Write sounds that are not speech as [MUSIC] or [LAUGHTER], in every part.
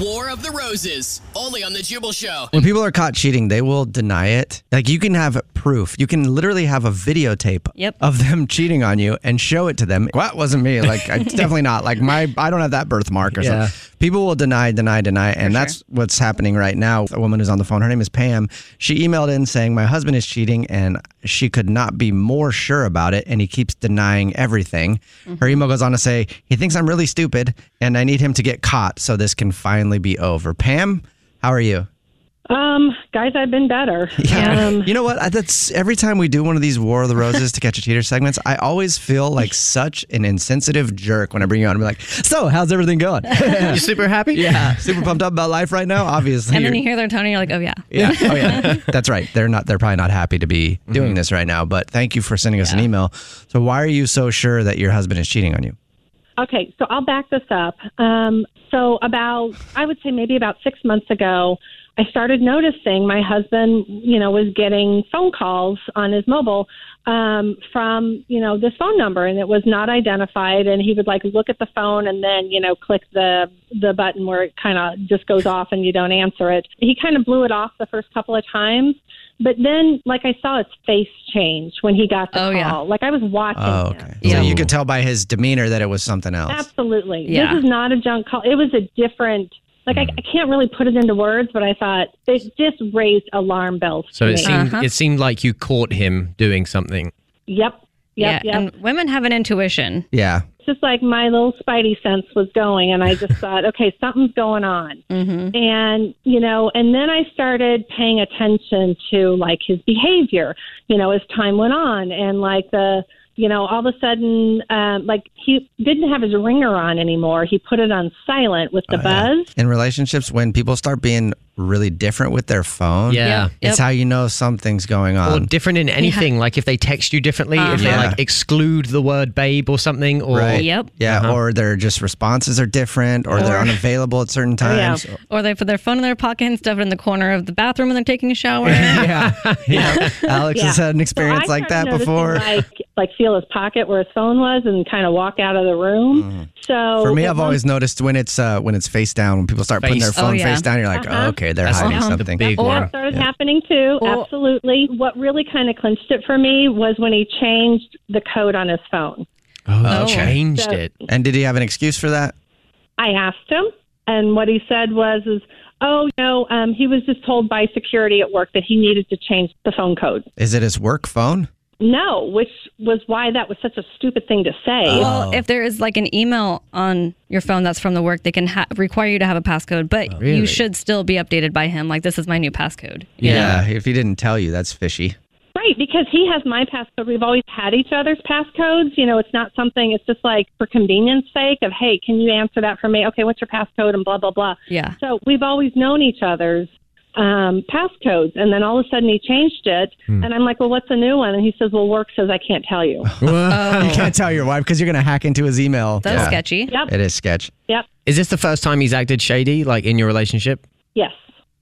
War of the Roses, only on the Jubal Show. When people are caught cheating, they will deny it. Like you can have proof. You can literally have a videotape yep. of them [LAUGHS] cheating on you and show it to them. Well, that wasn't me. Like [LAUGHS] it's definitely not. Like my I don't have that birthmark or yeah. something. People will deny, deny, deny, and For that's sure. what's happening right now. A woman who's on the phone, her name is Pam. She emailed in saying my husband is cheating and she could not be more sure about it and he keeps denying everything. Mm-hmm. Her email goes on to say, he thinks I'm really stupid and I need him to get caught so this can finally be over. Pam, how are you? Um, guys, I've been better. Yeah. Um, you know what? That's every time we do one of these War of the Roses to catch a cheater segments, I always feel like such an insensitive jerk when I bring you on. I'm like, so how's everything going? [LAUGHS] you super happy? Yeah. Super pumped up about life right now, obviously. And then you hear their tone and you're like, oh yeah. Yeah. [LAUGHS] Oh yeah. That's right. They're not they're probably not happy to be doing mm-hmm. this right now, but thank you for sending us yeah. an email. So why are you so sure that your husband is cheating on you? Okay, so I'll back this up. Um, so about, I would say maybe about six months ago, I started noticing my husband, you know, was getting phone calls on his mobile um, from, you know, this phone number, and it was not identified. And he would like look at the phone and then, you know, click the the button where it kind of just goes off and you don't answer it. He kind of blew it off the first couple of times, but then, like I saw his face change when he got the oh, call. Yeah. Like I was watching. Oh, okay. Him. Yeah. So you could tell by his demeanor that it was something else. Absolutely. Yeah. This is not a junk call. It was a different. Like mm. I, I, can't really put it into words, but I thought it just raised alarm bells. So it me. seemed uh-huh. it seemed like you caught him doing something. Yep. Yep, yeah, yep. and women have an intuition. Yeah. It's just like my little spidey sense was going, and I just thought, okay, something's going on. Mm-hmm. And, you know, and then I started paying attention to like his behavior, you know, as time went on, and like the, you know, all of a sudden, um, like he didn't have his ringer on anymore. He put it on silent with the oh, buzz. Yeah. In relationships, when people start being really different with their phone, yeah, it's yep. how you know something's going on. Or different in anything, yeah. like if they text you differently, uh-huh. if they yeah. like exclude the word babe or something, or right. yep, yeah, uh-huh. or their just responses are different, or, or they're unavailable at certain times, oh, or they put their phone in their pocket and stuff it in the corner of the bathroom when they're taking a shower. yeah, [LAUGHS] yeah. Alex has had an experience so like that before. Like, like feel his pocket where his phone was and kind of walk out of the room. Mm. So for me, I've always noticed when it's uh, when it's face down when people start face. putting their phone oh, yeah. face down, you're like, uh-huh. oh, okay, they're That's hiding uh-huh. something. The or one. started yeah. happening too. Well, Absolutely. What really kind of clinched it for me was when he changed the code on his phone. Oh, oh. changed so, it. And did he have an excuse for that? I asked him, and what he said was, "Is oh you no, know, um, he was just told by security at work that he needed to change the phone code." Is it his work phone? No, which was why that was such a stupid thing to say. Oh. Well, if there is like an email on your phone that's from the work, they can ha- require you to have a passcode, but oh, really? you should still be updated by him. Like, this is my new passcode. Yeah, yeah, if he didn't tell you, that's fishy. Right, because he has my passcode. We've always had each other's passcodes. You know, it's not something, it's just like for convenience sake of, hey, can you answer that for me? Okay, what's your passcode? And blah, blah, blah. Yeah. So we've always known each other's. um, passcodes. And then all of a sudden he changed it. Hmm. And I'm like, well, what's the new one? And he says, well, work says I can't [SIGHS] tell you. You can't tell your wife because you're going to hack into his email. That's sketchy. Yep. It is sketch. Yep. Is this the first time he's acted shady, like in your relationship? Yes.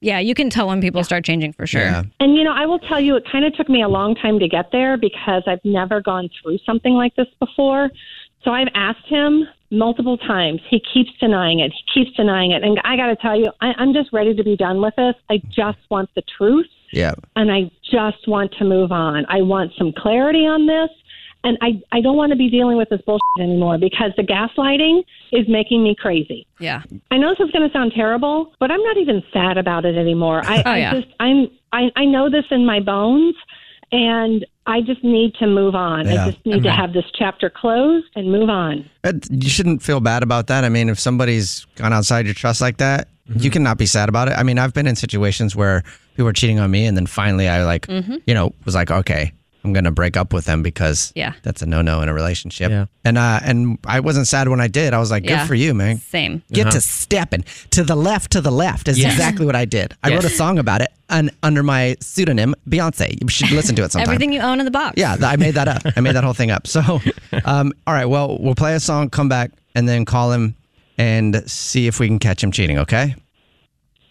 Yeah, you can tell when people start changing for sure. And you know, I will tell you, it kind of took me a long time to get there because I've never gone through something like this before. So I've asked him multiple times. He keeps denying it. He keeps denying it. And I got to tell you, I, I'm just ready to be done with this. I just want the truth Yeah. and I just want to move on. I want some clarity on this. And I, I don't want to be dealing with this bullshit anymore because the gaslighting is making me crazy. Yeah. I know this is going to sound terrible, but I'm not even sad about it anymore. I, [LAUGHS] Oh, I yeah. just I'm I, I know this in my bones, and I just need to move on. Yeah. I just need to have this chapter closed and move on. But Uh, you shouldn't feel bad about that. I mean, if somebody's gone outside your trust like that, Mm-hmm. you cannot be sad about it. I mean, I've been in situations where people were cheating on me, and then finally I like, Mhm. you know, was like, okay, I'm gonna break up with them because Yeah. that's a no no in a relationship. And uh, and I wasn't sad when I did. I was like, Yeah. good for you, man. Same. Get to stepping to the left, to the left is Uh-huh. Yes. exactly what I did. I Yes. wrote a song about it and under my pseudonym Beyonce. You should listen to it sometime. Everything you own in the box. Yeah, th- I made that up. I made that whole thing up. So, um, all right. Well, we'll play a song, come back, and then call him and see if we can catch him cheating. Okay.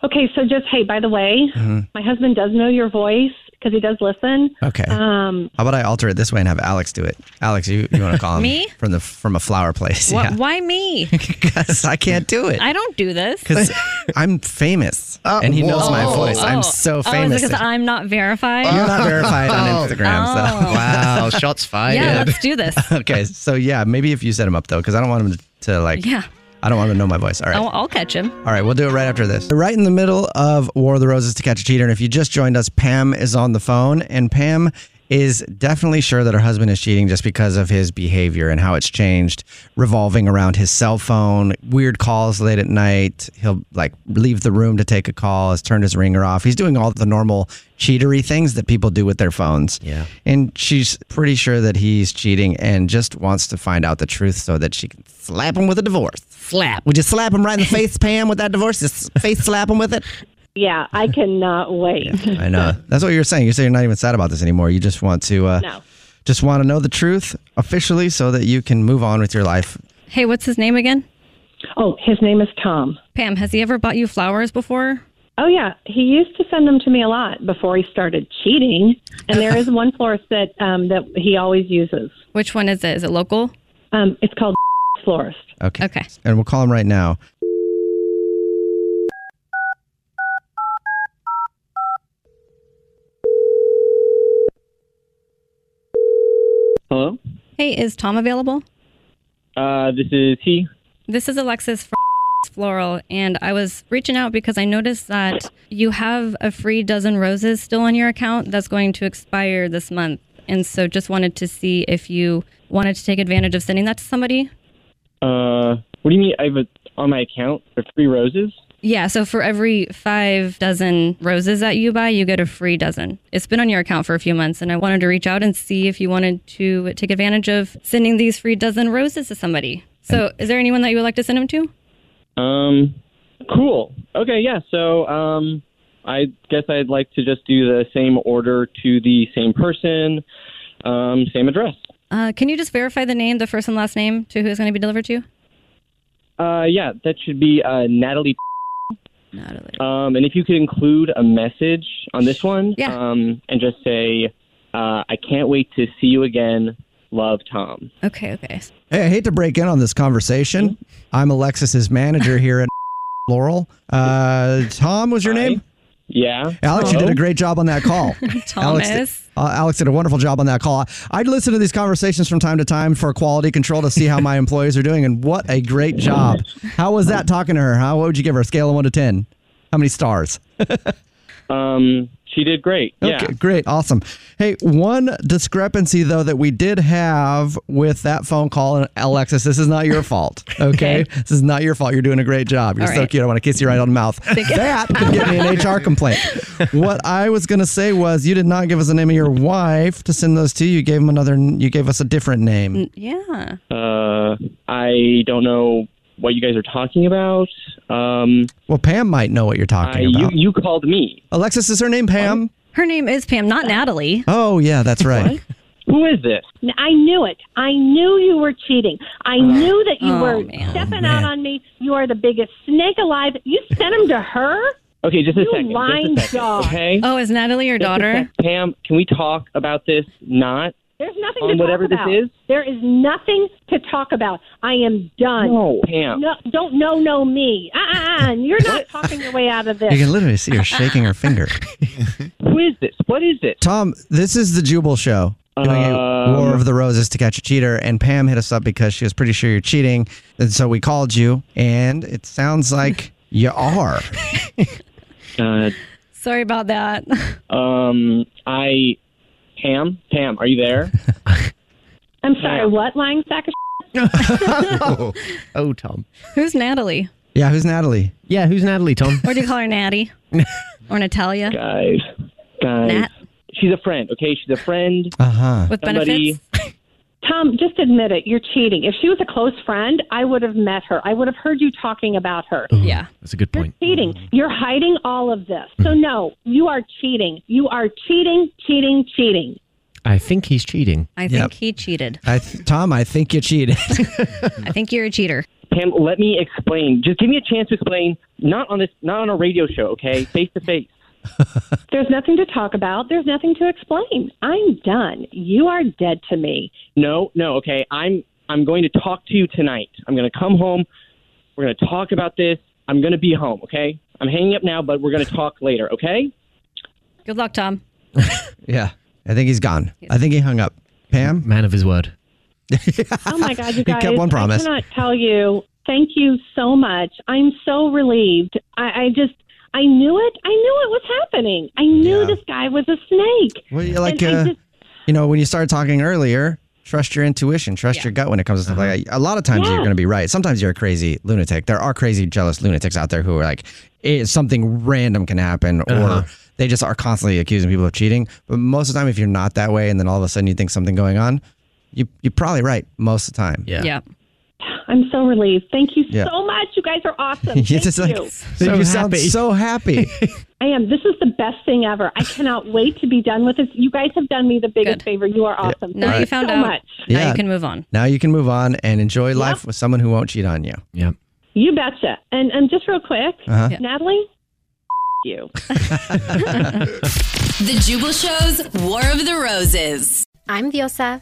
Okay, so just hey, by the way, Mhm. my husband does know your voice because he does listen. Okay. Uh-huh. Um, How about I alter it this way and have Alex do it? Alex, you, you want to call him Me? from the from a flower place? Wha- Yeah. Why me? [LAUGHS] Because I can't do it. [LAUGHS] I don't do this. Because I'm famous, and he knows my Oh, voice. oh. I'm so Oh, is it famous. Oh, because I'm not verified. [LAUGHS] You're not verified on Instagram. So. Oh. Wow, shots fired. Yeah, [LAUGHS] let's do this. okay. So yeah, maybe if you set him up though, because I don't want him to like. Yeah. I don't want him to know my voice. All right. I'll, I'll catch him. All right, we'll do it right after this. Right in the middle of War of the Roses to Catch a Cheater. And if you just joined us, Pam is on the phone. And Pam is definitely sure that her husband is cheating just because of his behavior and how it's changed, revolving around his cell phone, weird calls late at night. He'll like leave the room to take a call, has turned his ringer off. He's doing all the normal cheatery things that people do with their phones. Yeah. And she's pretty sure that he's cheating and just wants to find out the truth so that she can slap him with a divorce. Slap. Would you slap him right in the face, Pam, with that divorce? Just face slap him with it? yeah, I cannot wait. I know. That's what you're saying. You're saying you're not even sad about this anymore. You just want to uh, No. just want to know the truth officially so that you can move on with your life. Hey, what's his name again? Oh, his name is Tom. Pam, has he ever bought you flowers before? Oh yeah, he used to send them to me a lot before he started cheating. And there is one florist that um, that he always uses. Which one is it? Is it local? Um, it's called [LAUGHS] florist. Okay. Okay. And we'll call him right now. Hello. Hey, is Tom available? Uh, this is he. This is Alexis from [LAUGHS] Floral, and I was reaching out because I noticed that you have a free dozen roses still on your account that's going to expire this month. And so just wanted to see if you wanted to take advantage of sending that to somebody. Uh, what do you mean? I have a, on my account for free roses. Yeah, so for every five dozen roses that you buy, you get a free dozen. It's been on your account for a few months, and I wanted to reach out and see if you wanted to take advantage of sending these free dozen roses to somebody. So, is there anyone that you would like to send them to? Um, cool. Okay, yeah. So, um, I guess I'd like to just do the same order to the same person, um, same address. Uh, can you just verify the name, the first and last name, to who it's going to be delivered to? Uh, yeah, that should be uh, Natalie. Natalie. Um, and if you could include a message on this one, yeah. um, and just say, uh, I can't wait to see you again. Love, Tom. Okay, okay. Hey, I hate to break in on this conversation. I'm Alexis's manager here at [LAUGHS] Laurel. Uh, Tom was your name? Yeah. Alex, you did a great job on that call. Alex did, Thomas. uh, Alex did a wonderful job on that call. I'd listen to these conversations from time to time for quality control to see how my [LAUGHS] employees are doing, and what a great job! How was that talking to her? How what would you give her? A scale of one to ten? How many stars? Um, she did great. Yeah. Okay, great, awesome. Hey, one discrepancy though that we did have with that phone call, and Alexis, this is not your fault. Okay, this is not your fault. You're doing a great job. You're All so right. cute. I want to kiss you right on the mouth. that could get me an HR complaint. What I was gonna say was, you did not give us the name of your wife to send those to. You Mm. gave them another. You gave us a different name. Yeah. Uh, I don't know what you guys are talking about. Um, Well, Pam might know what you're talking I- Uh, you, about. you called me. Alexis, is her name Pam? Her name is Pam, not Natalie. Oh, yeah, that's right. Who is this? I knew it. I knew you were cheating. I knew that you Oh, were [LAUGHS] stepping out on me. You are the biggest snake alive. You sent him to her? Okay, just a You second. just a lying second, dog. Okay. Oh, is Natalie your Just a [LAUGHS] daughter? sec- Pam, can we talk about this? Not. There's nothing On to whatever talk this about. is? There is nothing to talk about. I am done. No, Pam. No, don't no no me. Uh-uh, uh you're not talking your way out of this. You can literally see her shaking her finger. Who is this? What is this? Tom, this is the Jubal Show. Doing Um, a War of the Roses to catch a cheater, and Pam hit us up because she was pretty sure you're cheating, and so we called you, and it sounds like you [LAUGHS] are. Uh, Sorry about that. [LAUGHS] um, I. Pam? Pam, are you there? I'm sorry, what lying sack of oh, [LAUGHS] oh, Tom. Who's Natalie? Yeah, who's Natalie? Yeah, who's Natalie, Tom? Or do you call her [LAUGHS] Natty? or Natalia? Guys. Guys. Nat? She's a friend, okay? She's a friend. Uh Uh-huh. huh. With Somebody. Tom, just admit it. You're cheating. If she was a close friend, I would have met her. I would have heard you talking about her. Mm-hmm. Yeah. That's a good point. Cheating. You're hiding all of this. So, no, you are cheating. You are cheating, cheating, cheating. I think he's cheating. I think Yep. he cheated. I th- Tom, I think you [LAUGHS] cheated. I think you're a cheater. Pam, let me explain. Just give me a chance to explain. Not on this, not on a radio show, okay? Face to face. There's nothing to talk about. There's nothing to explain. I'm done. You are dead to me. No, no, okay. I'm I'm going to talk to you tonight. I'm going to come home. We're going to talk about this. I'm going to be home, okay? I'm hanging up now, but we're going to talk later, okay? Good luck, Tom. yeah, I think he's gone. I think he hung up. Pam, man of his [LAUGHS] word. Oh my God, you He guys! kept one promise. I cannot tell you. Thank you so much. I'm so relieved. I, I just, I knew it. I knew it was happening. I knew this guy was a snake. Well, you like, and I uh, just, you know, when you started talking earlier, trust your intuition, trust your gut when it comes to stuff like that. A lot of times you're Yeah. going to be right. Sometimes you're a crazy lunatic. There are crazy, jealous lunatics out there who are like, it, something random can happen Uh-huh. or they just are constantly accusing people of cheating. But most of the time, if you're not that way and then all of a sudden you think something going on, you, you're probably right most of the time. [LAUGHS] Yeah. I'm so relieved. Thank you Yeah. so much. You guys are awesome. It's Thank just like, you. so you you sound sound so happy. I am. This is the best thing ever. I cannot wait to be done with this. You guys have done me the biggest favor. You are awesome. Now Thank you found so out. Much. Now Yeah. you can move on. now you can move on and enjoy life with someone who won't cheat on you. Yeah. You betcha. And and just real quick, Uh-huh. Yeah. Natalie, [LAUGHS] you. The Jubal Show's War of the Roses. I'm Diosa.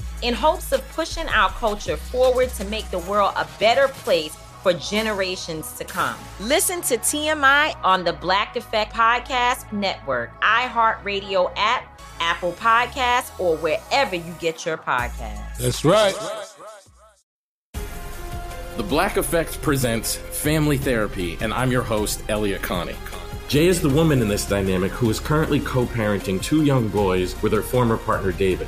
in hopes of pushing our culture forward to make the world a better place for generations to come. Listen to TMI on the Black Effect Podcast Network, iHeartRadio app, Apple Podcasts, or wherever you get your podcasts. That's right. The Black Effect presents Family Therapy, and I'm your host, Elliot Connick. Jay is the woman in this dynamic who is currently co parenting two young boys with her former partner, David.